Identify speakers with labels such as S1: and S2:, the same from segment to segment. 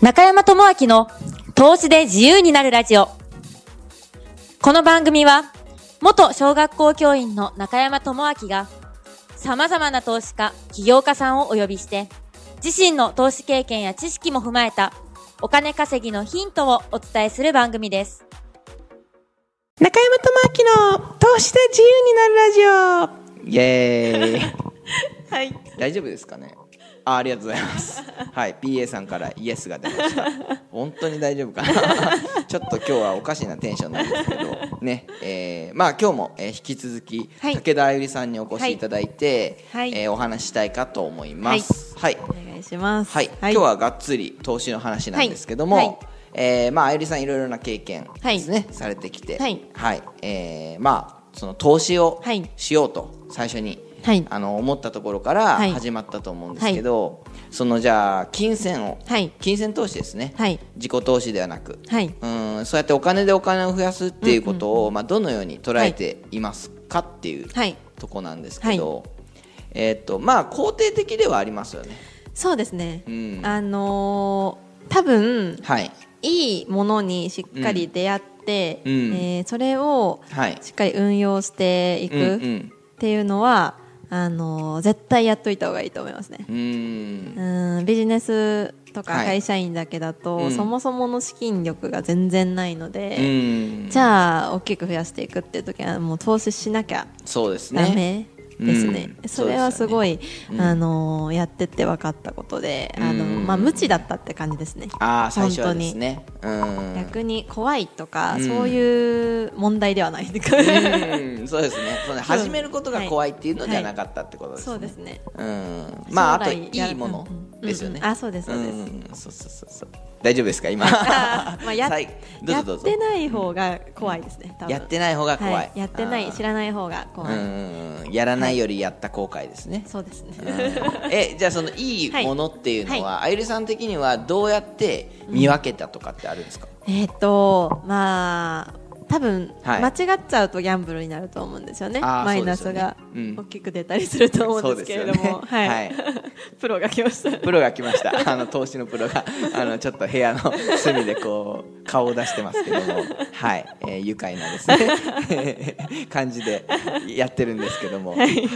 S1: 中山智明の投資で自由になるラジオ。この番組は、元小学校教員の中山智明が、様々な投資家、起業家さんをお呼びして、自身の投資経験や知識も踏まえた、お金稼ぎのヒントをお伝えする番組です。
S2: 中山智明の投資で自由になるラジオイエ ーイ
S1: はい。
S2: 大丈夫ですかねあありがとうございますはい PA さんからイエスが出ました本当に大丈夫かな ちょっと今日はおかしなテンションなんですけどねえーまあ今日も、えー引き続き、
S1: はい
S2: 武田あゆりさんにお越しいただいて、
S1: はい
S2: えーお話ししたいかと思いますはい、
S3: お願いします。
S2: はい、今日はがっつり投資の話なんですけども、
S1: はいはい
S2: えーまああゆりさんいろいろな経験
S3: はい
S2: ですね、されてきて、
S3: はい
S2: えーまあその投資を
S3: はい
S2: しようと最初に、
S3: はい
S2: あの思ったところから
S3: はい
S2: 始まったと思うんですけど、そのじゃあ金銭を、
S3: はい
S2: 金銭投資ですね、
S3: はい
S2: 自己投資ではなく、
S3: はい。
S2: うんそうやってお金でお金を増やすっていうことを、まあ、どのように捉えていますかっていう
S3: はい
S2: とこなんですけど、えーっとまあ肯定的ではありますよね。
S3: そうですね。
S2: うん
S3: あのー多分
S2: はい、
S3: いいものにしっかり出会って、
S2: うんうん
S3: えーそれを
S2: はい
S3: しっかり運用していく
S2: うんうん
S3: っていうのは、あのー絶対やっといた方がいいと思いますね
S2: う。ーん
S3: うんビジネスとか
S2: はい
S3: 会社員だけだと、
S2: うん
S3: そもそもの資金力が全然ないの
S2: う
S3: で、
S2: ーん
S3: じゃあ大きく増やしていくっていう時はもう投資しなきゃ
S2: そうです
S3: ダ
S2: ね
S3: メですね、
S2: うん
S3: それはすごい、
S2: うですよねうん
S3: あのーやってって分かったことで、あの
S2: うん
S3: まあ、無知だったって感じですね
S2: ああ最初はですねうーん
S3: 逆に怖いとか、
S2: うん
S3: そういう問題ではない
S2: うーんそうですねそうね始めることが怖いっていうのじゃなかったってことですね、
S3: そうですね
S2: うんまああと
S3: 将
S2: い
S3: 来や
S2: いものですよね、
S3: うんうんあそうですそうです
S2: んそうそうそうそう大丈夫ですか今
S3: あーまあや
S2: さいどうぞ
S3: やっ
S2: どうぞ
S3: てない方が怖いですね多分
S2: やってない方が怖い、
S3: はい、やってない知らない方が怖い、
S2: ないうんやらないよりやった後悔ですね、
S3: そうですね、
S2: うんえじゃあそのいいものっていうのは、あゆりさん的にはどうやって見分けたとかってあるんですか、
S3: えっ、とまあ多分、
S2: はい
S3: 間違っちゃうとギャンブルになると思うんですよね
S2: あー
S3: マイナ
S2: そう
S3: スが
S2: ですよねうん
S3: 大きく出たりすると思うんですけれど
S2: そ
S3: も、
S2: うですよ
S3: は
S2: ね
S3: い、
S2: は
S3: プロが来ました
S2: プロが来ましたあの投資のプロがあのちょっと部屋の隅でこう顔を出してますけどもはい、えー愉快なですね 感じでやってるんですけどもはい、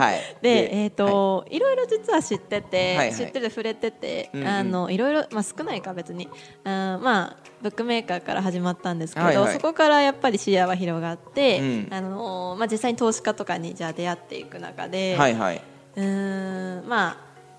S3: でえっ、と、い、ろいろ実は知ってて、
S2: はいはい
S3: 知ってて触れてて、
S2: うんうん
S3: あのいろいろまあ少ないか別にあーまあブックメーカーから始まったんですけど、
S2: はいはい
S3: そこからやっぱり視野は広がって、
S2: うん
S3: あのーまあ実際に投資家とかにじゃあ出会っていく中で、
S2: はいはいはいう
S3: ーんまあ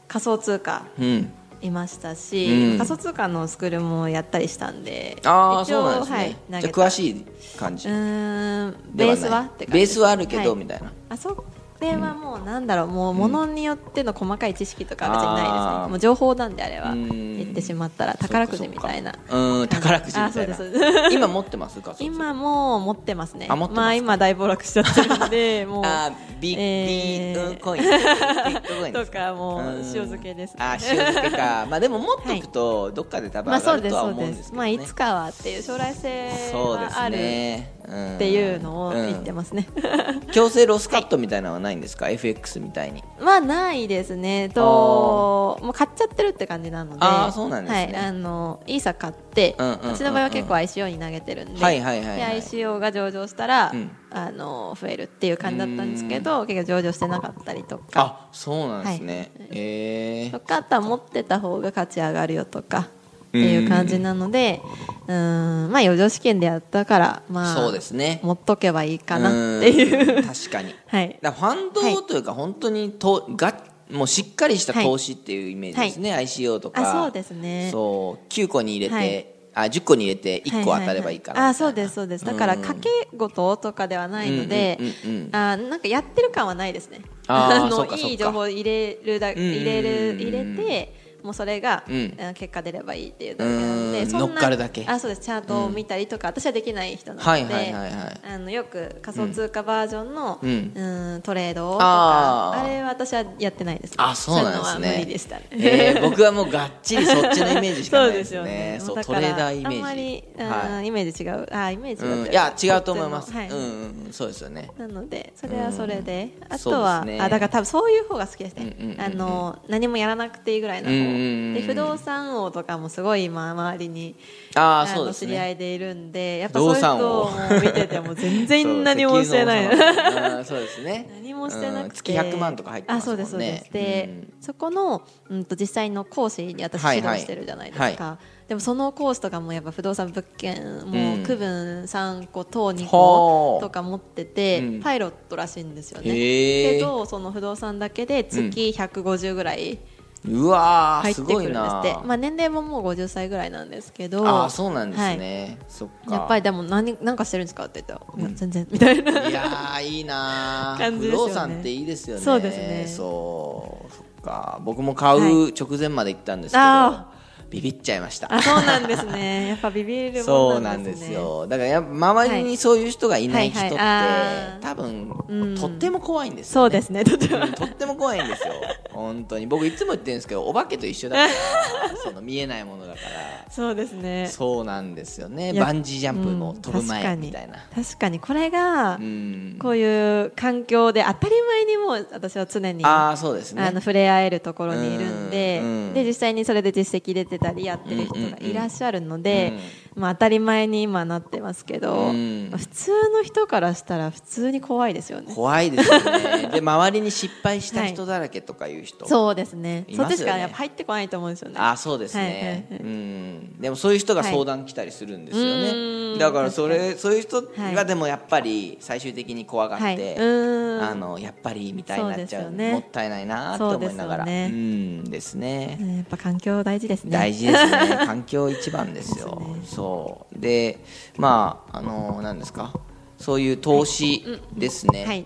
S3: 仮想通貨
S2: うん
S3: いましたし、
S2: うん
S3: 仮想通貨のスクールもやったりしたんで
S2: ああ
S3: 一
S2: そう
S3: 応
S2: なんですね、
S3: はい、
S2: じゃあ詳しい感じ
S3: うーん
S2: で
S3: ベ
S2: は
S3: ー
S2: ない
S3: スはっ
S2: ベ
S3: て感じ
S2: ー
S3: です
S2: スはあるけど、
S3: はい
S2: みたいな
S3: あそれはもうなんだろう、もう物によっての細かい知識とかは別にないです
S2: あー
S3: ねもう情報なんであれ
S2: う
S3: は
S2: ん
S3: 言ってしまったら宝くじみたいな
S2: そうかそうかうん宝くじみたいな
S3: あそうですそう です
S2: 今持ってますか
S3: 今もう持ってますね
S2: あ持ってますか
S3: まあ今大暴落しちゃってるの でもう
S2: あービ
S3: え
S2: ビ
S3: ー
S2: ーコインビットコインです
S3: とかもう
S2: うん
S3: 塩漬けですね
S2: あー塩漬けかまあでも持っとくとどっかで多分
S3: まあ
S2: 上
S3: そ
S2: が
S3: う
S2: る
S3: です
S2: とは
S3: そう
S2: 思うん
S3: で
S2: です
S3: す
S2: け
S3: ま
S2: ど
S3: あ
S2: ね
S3: いつかはっていう将来性
S2: そうで
S3: は
S2: す
S3: あるっ
S2: ねって
S3: いうのを言ってますね、
S2: 強制ロスカットみたいなのはないんですか FX みたいに
S3: はないですねともう買っちゃってるって感じなので
S2: あーそうなんですね
S3: はい、あのイーサ買って、
S2: う
S3: うん
S2: うんうんうん
S3: ちの場合は結構 ICO に投げてるんで,、
S2: はいはいはいはい
S3: で ICO が上場したら、
S2: うん
S3: あの増えるっていう感じだったんですけど結構上場してなかったりとか
S2: あそうなんですね
S3: はい
S2: え
S3: と
S2: ー
S3: かあとは持ってた方が価値上がるよとかっていう感じなのでうーんまあ余剰試験でやったからまあ
S2: そうですね
S3: 持っとけばいいかなっていううん
S2: 確かに
S3: はい
S2: だからファンドというか本当にとがもうしっかりした投資っていうイメージですね、ICO とか
S3: あそうですね
S2: そう9個に入れて、
S3: はい
S2: あ10個に入れて1個当たればいいかなみたいな、
S3: はははあそうですそうですだから
S2: うん
S3: 掛け事とかではないので、
S2: うんうんうんうん
S3: あなんかやってる感はないですね
S2: あーそ
S3: の
S2: うかそうか
S3: いい情報を入れる
S2: ん
S3: だ
S2: うんうん
S3: 入れる入れてもうそれが、
S2: うん
S3: あ結果出ればいいっていうだけなの
S2: う
S3: で
S2: ん
S3: そんな
S2: 乗っかるだけ
S3: あそうですチャートを見たりとか、私はできない人なので、
S2: はいはいはいはい
S3: あのよく仮想通貨バージョンの、
S2: う
S3: うんん、トレードと
S2: あ
S3: か
S2: ー
S3: あれは私はやってないです、ね、
S2: あそうなんです
S3: そういうのは
S2: ね
S3: 無理でしたね、
S2: えー僕はもうがっちりそっちのイメージしか
S3: そ
S2: な
S3: う
S2: いで
S3: ですすよ
S2: ね
S3: ね。
S2: そう
S3: だ
S2: ト
S3: から
S2: レーダーイメージ
S3: あんまり、あー
S2: はい
S3: イメージ違う。あーイメージ違う
S2: う
S3: っ
S2: ん、
S3: て
S2: いう
S3: か
S2: や違うと思います、
S3: はい
S2: うんうんうんそうですよね
S3: なのでそれはそれで、
S2: うん
S3: あとは、
S2: そうですね
S3: あだから多分そういう方が好きです
S2: うんうんうんう
S3: ね
S2: ん。
S3: あの何もやらなくていいぐらいの
S2: うんうん
S3: で不動産王とかもすごい今周りに
S2: ああ
S3: あの
S2: そうです
S3: 知り合
S2: ね
S3: いでいるんでやっぱそういう人を
S2: 不動
S3: もう見てても全然何もしてない
S2: そう石油の王様うんそうですね
S3: 何もしてな
S2: うん
S3: く
S2: 月
S3: て、
S2: 100万とか入ってますもんね
S3: あそうですそうですで、
S2: うん
S3: そこの、うん、と実際の講師に私
S2: はい
S3: 指
S2: はい
S3: 導してるじゃないですか、でもそのコースとかもやっぱ不動産物件も
S2: うん
S3: 区分3個等2
S2: ほ
S3: 個
S2: う
S3: とか持ってて、
S2: うん
S3: パイロットらしいんですよね
S2: へー
S3: けどその不動産だけで月150ぐらい
S2: うんうわー
S3: 入っ
S2: す
S3: てくるん
S2: ご
S3: です
S2: い
S3: って、
S2: な
S3: まあ、年齢ももう50歳ぐらいなんですけど
S2: ああそうなんですね、そっか
S3: はいやっぱりでも何何かしてるんですかって言ったら、いや全然みたいない
S2: やーいいなー
S3: 感じです
S2: 不
S3: よね
S2: 動産っていいですよね
S3: そうですね
S2: そうそっか僕も買
S3: は
S2: う直前まで行ったんですけど、
S3: あ
S2: ビビっちゃいました
S3: あそうなんですねやっぱビビる
S2: そ
S3: も
S2: うんな
S3: なんん
S2: で
S3: ですすね
S2: よだからやっぱ周りにそういう人がいない人って、
S3: はいはいはいあー
S2: 多分、
S3: うん
S2: とっても怖いんです
S3: そ
S2: よ
S3: う
S2: ね
S3: ですねとても
S2: うんとっても怖いんです よ本当に僕いつも言ってるんですけどお化けと一緒だから その見えないものだから
S3: そうですね
S2: そうなんですよね
S3: いや
S2: バンジージャンプの飛ぶ
S3: うん確か
S2: 前
S3: に
S2: みたいな
S3: 確かにこれが
S2: うん
S3: こういう環境で当たり前にもう私は常に
S2: あ
S3: あ
S2: あそうですね
S3: の触れ合えるところにいるんで
S2: うんうん
S3: で実際にそれで実績出てたりやってる人がいらっしゃるの
S2: うん
S3: で
S2: うん
S3: まあ当たり前に今なってますけど
S2: うん
S3: 普通の人からしたら普通に怖いですよね
S2: 怖いですよね で周りに失敗した人だらけとかいう人、
S3: そうですね
S2: い
S3: そ
S2: ま
S3: っ
S2: すよね
S3: ちしかやっぱ入ってこないと思うんですよね
S2: あそうですね、
S3: はい
S2: う
S3: はい
S2: んでもそういう人が相談来たりするんですよね、
S3: はいうーん
S2: だからそれそういう人
S3: は
S2: が
S3: い
S2: でもやっぱり最終的に怖がって、
S3: はいうーん
S2: あのやっぱりみたいになっちゃう
S3: そうですよね
S2: もったいないなと思いながら
S3: そうですよね
S2: んですね
S3: うんやっぱ環境大事ですね
S2: 大事です ね環境一番ですよ
S3: そうです
S2: そうでまああの何ですかそういう投資ですね、
S3: はい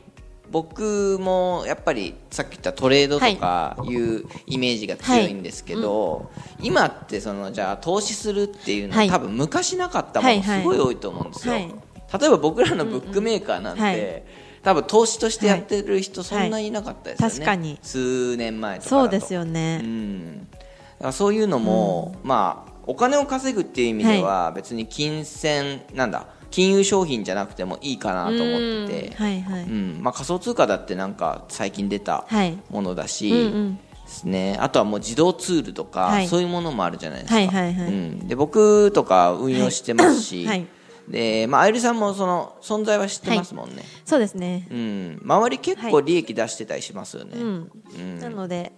S2: 僕もやっぱりさっき言ったトレードとかいうイメージが強いんですけど、今ってそのじゃあ投資するっていうのは、
S3: はい
S2: 多分昔なかったも
S3: はい
S2: の
S3: はい
S2: すごい多いと思うんですよ、
S3: はい
S2: 例えば僕らのブックメーカーなんて、
S3: うんうんはい
S2: 多分投資としてやってる人そんなにいなかったですよね、
S3: はい確かに
S2: 数年前とかだと
S3: そうですよね
S2: うん、だからそういうのも、まあ、お金を稼ぐっていう意味では別に金銭なんだ金融商品じゃなくてもいいかなと思ってて、
S3: うんはいはい
S2: うんまあ、仮想通貨だってなんか最近出た
S3: はい
S2: ものだし、
S3: うんうん
S2: ですね、あとはもう自動ツールとか、
S3: はい
S2: そういうものもあるじゃないですか、
S3: はいはいはい
S2: うん、で僕とか運用してますし、
S3: はいはい
S2: でまあ、あゆりさんもその存在は知ってますもんね、
S3: そうですね
S2: うん、周り結構利益出してたりしますよね、
S3: うん
S2: うん
S3: なので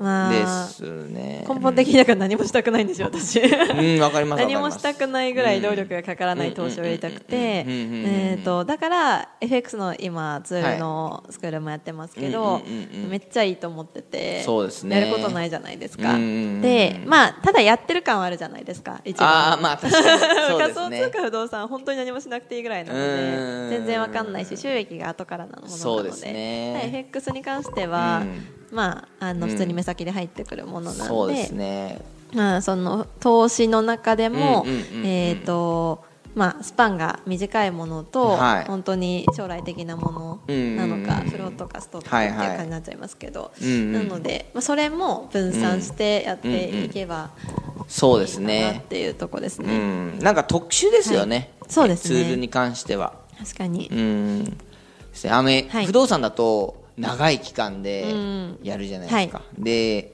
S3: ま
S2: で
S3: あ
S2: すね
S3: 根本的にだから何もしたくないんですよ私
S2: うん、わかります。
S3: 何もしたく
S2: ない。
S3: ないぐらい労力がかからない投資をやりたくて
S2: うんうんうんうんうん
S3: えーとだから FX の今ツールのスクールもやってますけ
S2: うんうんう
S3: ど
S2: んうん
S3: めっちゃいいと思ってて
S2: そうですね
S3: やることないじゃないです
S2: う
S3: か
S2: んうんうん
S3: でまあただやってる感はあるじゃないですか一番
S2: ああ、まあ、確かに。そう
S3: 仮
S2: です
S3: 想通
S2: ね。
S3: 貨不動産本当に何もしなくていいぐらいなの
S2: う
S3: で
S2: ん
S3: 全然わかんないし収益が後からなものなので
S2: そうですね
S3: はい FX に関しては、まあ、あの
S2: うん
S3: 普通に目先で入ってくるものなんで,、
S2: そうですね。
S3: まあ、その投資の中でも
S2: うんうんうんうん
S3: えーとまあスパンが短いものと、
S2: はい
S3: 本当に将来的なも
S2: うんうんうん
S3: のなのか、フローとかストップっていう感じになっちゃいますけど、
S2: うんうん
S3: なので、まあ、それも分散してやっていけば
S2: そうです
S3: いいかなっ
S2: ね。
S3: ていうとこです
S2: う
S3: ね。
S2: ん、なんか特殊ですよね。
S3: はいそうですね
S2: ツールに関しては。
S3: 確かに
S2: うん。ですねあの、
S3: い
S2: 不動産だと、長い期間で
S3: うん
S2: やるじゃないですか。で。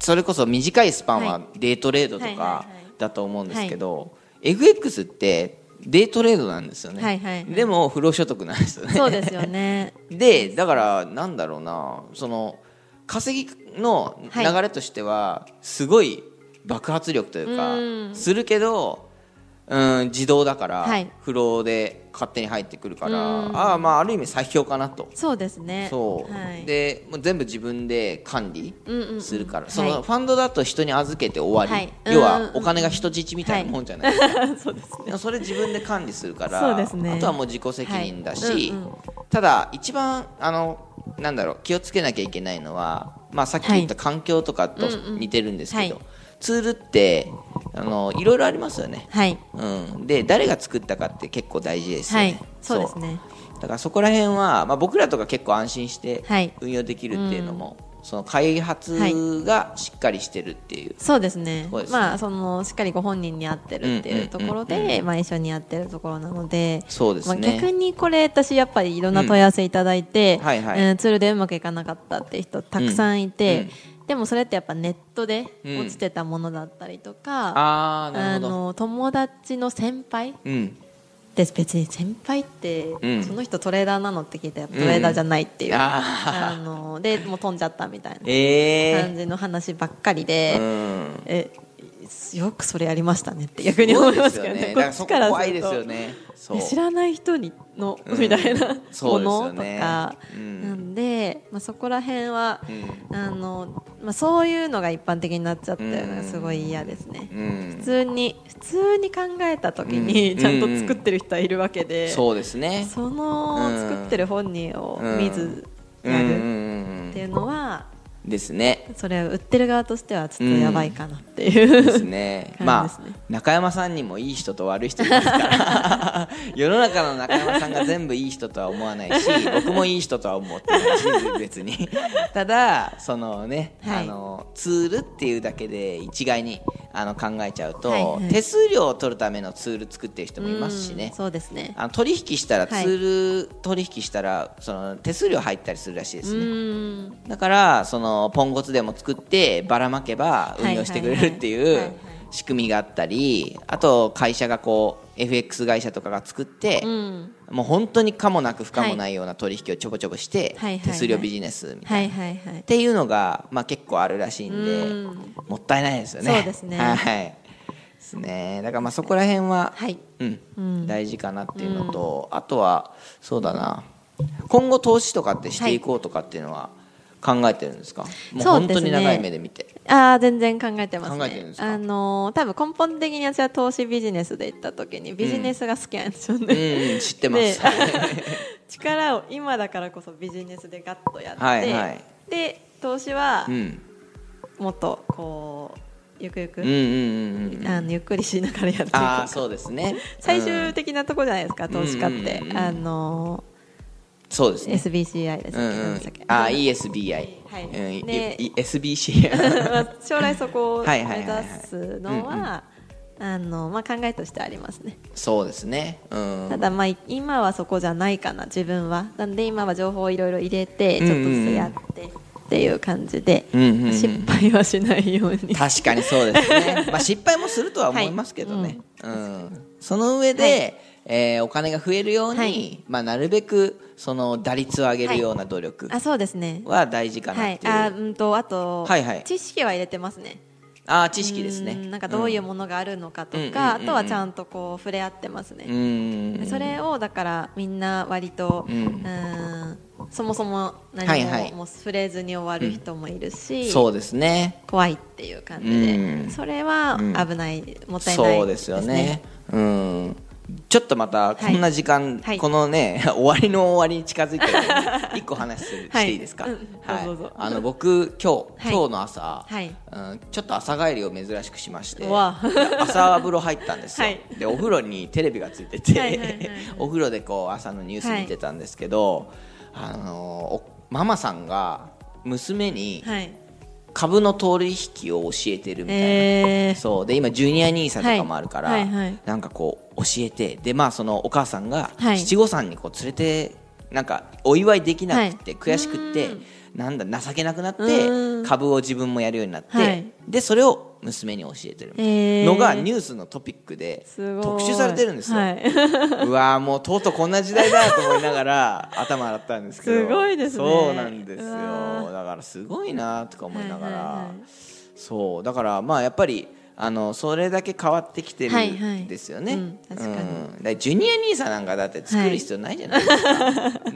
S2: それこそ短いスパンは
S3: は
S2: デートレードと
S3: はいはいは
S2: か
S3: い
S2: だと思うんですけど FX ってデートレードなんですよね、
S3: はいはいはい
S2: でも不労所得なんですよね
S3: そうですよね。
S2: でだからなんだろうなその稼ぎの流れとしてはすごい爆発力というか、
S3: うん
S2: するけど、うん、自動だから、
S3: はい
S2: 不労で勝手に入ってくるから
S3: うん
S2: ああまあある意味最強かなと。
S3: そうですね。
S2: そう、
S3: はい、
S2: でもう全部自分で管理
S3: うんうんうん
S2: するから、
S3: はい
S2: そのファンドだと人に預けて終わり、
S3: はい
S2: 要
S3: うんうん
S2: は
S3: うん
S2: お金が人質みたいなもんじゃないですか、
S3: そうですね。
S2: でもそれ自分で管理するから
S3: そうですね
S2: あとはもう自己責任だし、
S3: はいうんうん
S2: ただ一番あのなんだろう気をつけなきゃいけないのは、まあ、さっき言った環境とかと
S3: うんうん
S2: 似てるんですけど、
S3: はい
S2: ツールってあのいろいろありますよね、
S3: はい。
S2: うん、で誰が作ったかって結構大事ですよ
S3: は
S2: ね、
S3: い。そうですね。
S2: だからそこら辺は、まあ、僕らとか結構安心して
S3: はい
S2: 運用できるっていうのも、その開発がしっかりしてるっていう、
S3: そうですね
S2: そうですね
S3: まあそのしっかりご本人に合ってるっていうところ
S2: うんうんうん
S3: で、まあ一緒にやってるところなので。
S2: そうです
S3: まあ、
S2: ね、
S3: 逆にこれ私やっぱりいろんな問い合わせいただいて、
S2: うんはいはい
S3: うんツールでうまくいかなかったって人たくさんいて、でもそれってやっぱネットで
S2: うん
S3: 落ちてたものだったりとか、
S2: ああな
S3: あ
S2: るほど
S3: の友達の先輩
S2: うん
S3: です別に先輩って、
S2: ん
S3: その人トレーダーなのって聞いたらトレーダーじゃないっていう、あ
S2: ああ
S3: のでもう飛んじゃったみたいな
S2: え
S3: 感じの話ばっかりで、
S2: うん
S3: えよくそれやりましたねって逆に思いますけ
S2: そう
S3: ど
S2: ですよ
S3: ねこ
S2: だから
S3: っ
S2: そ
S3: ち
S2: こ
S3: から
S2: 怖
S3: す
S2: いで
S3: る
S2: すよ
S3: と、
S2: ねそう
S3: ね知らない人にの、
S2: うん
S3: みたいな
S2: そ
S3: も
S2: うですよ
S3: のと
S2: ね
S3: か、
S2: うん
S3: なんで、まあ、そこら辺は、
S2: う
S3: あのまあ、そういうのが一般的になっちゃったのがすごい嫌ですね、
S2: うん
S3: 普通に普通に考えた時に、
S2: うん
S3: ちゃんと作ってる人はいるわけで、
S2: そうですね
S3: その
S2: うん
S3: 作ってる本人を見ず
S2: うん
S3: や
S2: うん
S3: るって
S2: う
S3: いうんのは
S2: うんですね
S3: それを売ってる側としてはちょっとやばいかなっていう、
S2: ですね
S3: 感じですね
S2: まあ中山さんにもいい人と悪い人いますから世の中の中山さんが全部いい人とは思わ ないし僕もいい人とは思ってないし別にただそのね、
S3: はい
S2: あのツールっていうだけで一概にあの考えちゃうと、
S3: はいはい
S2: 手数料を取るためのツール作ってる人もいますし
S3: う
S2: ね
S3: ん、そうですね
S2: あの取引したらツ
S3: はい
S2: ール、取引したらその手数料入ったりするらしいです
S3: う
S2: ね。
S3: ーん
S2: だからそのポンコツでも作ってばらまけば運用してくれるって
S3: はいはい
S2: い
S3: はいう
S2: 仕組みがあったりあと会社がこう FX 会社とかが作って
S3: うん
S2: もう本当に可もなく不可もないような取引をちょぼちょぼして
S3: はいはいはい
S2: 手数料ビジネスみたいな
S3: はいはいはい
S2: っていうのがまあ結構あるらしいんで
S3: うん
S2: もったいないですよね。
S3: そうですね
S2: はいですねだからまあそこら辺は
S3: はい
S2: うん
S3: うん
S2: 大事かなっていうのと、あとはそうだな今後投資とかってしていこうとかっていうのは考えてるんですか、もう
S3: そう
S2: 本
S3: で
S2: 当
S3: すね
S2: に長い目で見て
S3: ああ全然考えてますね
S2: 考えてるんですか
S3: あのー多分根本的に私は投資ビジネスで行った時にビジネスが好きなんですよ
S2: う
S3: ね、
S2: ん、うん、知ってます、
S3: ね 力を今だからこそビジネスでガッとやって、
S2: はいはい
S3: で投資は
S2: うん、
S3: もっとこうゆくゆく、
S2: うんうんうんうん
S3: あのゆっくりしながらやっていく
S2: ああそうですね
S3: 最
S2: う
S3: 終
S2: ん
S3: 的なとこじゃないですか、投資家って、
S2: うんうんうんうん
S3: あの
S2: そうですね
S3: SBCI です
S2: うんうん
S3: でしたっけ、
S2: ああ
S3: なんだっけ
S2: ESBI、
S3: はい
S2: うん
S3: で
S2: いい SBC
S3: まあ 将来そこを
S2: は
S3: 目
S2: いはいはいはい
S3: 指すの
S2: うんう
S3: はあのまあ考えとしてありますね、
S2: そうですねうん
S3: ただまあい今はそこじゃないかな自分はなんで今は情報をいろいろ入れてちょっとずつやってっていう感じで、
S2: うんうんうん
S3: 失敗はしないように
S2: 確かにそうです ねまあ失敗もするとは思いますけどね、うんその上で、
S3: は
S2: えーお金が増えるように、
S3: はい
S2: まあ、なるべくその打率を上げるような努力
S3: あそうですね
S2: は大事か
S3: は
S2: なっ
S3: い
S2: ていう、
S3: あうんとあと、
S2: はいはい
S3: 知識は入れてますね
S2: ああ知識ですね
S3: うんなんかどういう
S2: も
S3: ものがあるのかと
S2: うんうんうんうん
S3: か、あとはちゃんとこう触れ合ってますね、
S2: うん
S3: それをだからみんな割と、
S2: う
S3: うんん、そもそも
S2: はい
S3: 何
S2: はい
S3: ももう触れずに終わる人もいるし、
S2: そうですね
S3: 怖いっていう感じ
S2: うん
S3: でそれは危ない、もったいない
S2: そうですよねうんちょっとまたこんな時間、
S3: はい
S2: このね 終わりの終わりに近づいてるので一個話する、
S3: はい
S2: していいですか、
S3: うんどうぞどうぞ
S2: あの僕今日、
S3: はい
S2: 今日の朝、
S3: はい
S2: うん、ちょっと朝帰りを珍しくしまして
S3: うわ
S2: 朝風呂入ったんですよ、
S3: はい
S2: でお風呂にテレビがついてて
S3: はいはいはいはい
S2: お風呂でこう朝のニュース見てたんですけど、あのおママさんが娘に
S3: はい
S2: 株の取引を教えてるみたいな、
S3: えー
S2: そうで今ジュニア兄さんとかもあるから、
S3: はいはいはい
S2: なんかこう教えてでまあそのお母さんが
S3: はい
S2: 七五三にこう連れてなんかお祝いできなくて、
S3: はい
S2: 悔しくって
S3: う
S2: なんだ情けなくなって
S3: うん
S2: 株を自分もやるようになって、
S3: はい
S2: でそれを娘に教えてるみたいな
S3: えー
S2: のがニュースのトピックです
S3: ごい
S2: 特集されてるんですよ、
S3: はい
S2: うわーもうとうとうこんな時代だと思いながら頭洗ったんですけど
S3: すごいですね
S2: そうなんですよ
S3: うわ
S2: だからすごいなとか思いながら、
S3: はいはいはい
S2: そうだからまあやっぱりあのそれだけ変わってきてる
S3: はいはい
S2: んですよね、
S3: うん確かに
S2: うんだジュニア兄さんなんかだって作る必要ないじゃないですか、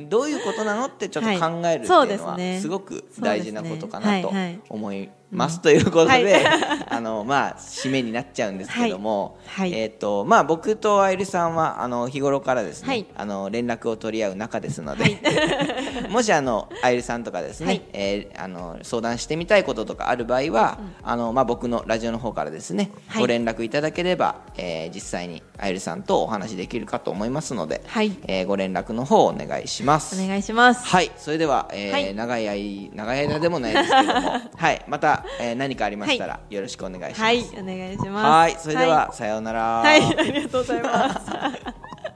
S2: どういうことなのってちょっと考えるっていうのは、
S3: はいそうですね
S2: すごく大事なことかなと
S3: そうですねはいはい
S2: 思いますということで、
S3: は
S2: あのまあ締めになっちゃうんですけども、
S3: はいはい
S2: えっ、とまあ僕とあゆりさんはあの日頃からですね、
S3: はい
S2: あの連絡を取り合う仲ですので、 もしあのあゆりさんとかですね、
S3: はい
S2: えーあの相談してみたいこととかある場合は、あのまあ僕のラジオの方からですね、
S3: はい
S2: ご連絡いただければ、えー実際にあゆりさんとお話できるかと思いますので、
S3: はい
S2: えーご連絡の方をお願いします。
S3: お願いします
S2: はい、それでは、えー
S3: はい
S2: 長い間長い間でもないですけども、 はい、また、えー何かありましたらよろしくお願いします。
S3: はいお願いします
S2: はいそれでは、さようなら。
S3: はい、はい、ありがとうございます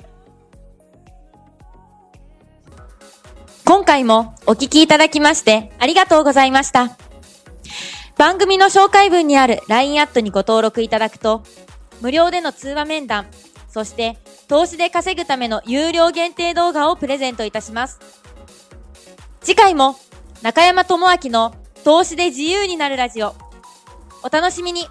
S1: 今回もお聞きいただきましてありがとうございました。番組の紹介文にある LINE アットにご登録いただくと、無料での通話面談、そして投資で稼ぐための有料限定動画をプレゼントいたします。次回も中山智明の投資で自由になるラジオ、お楽しみに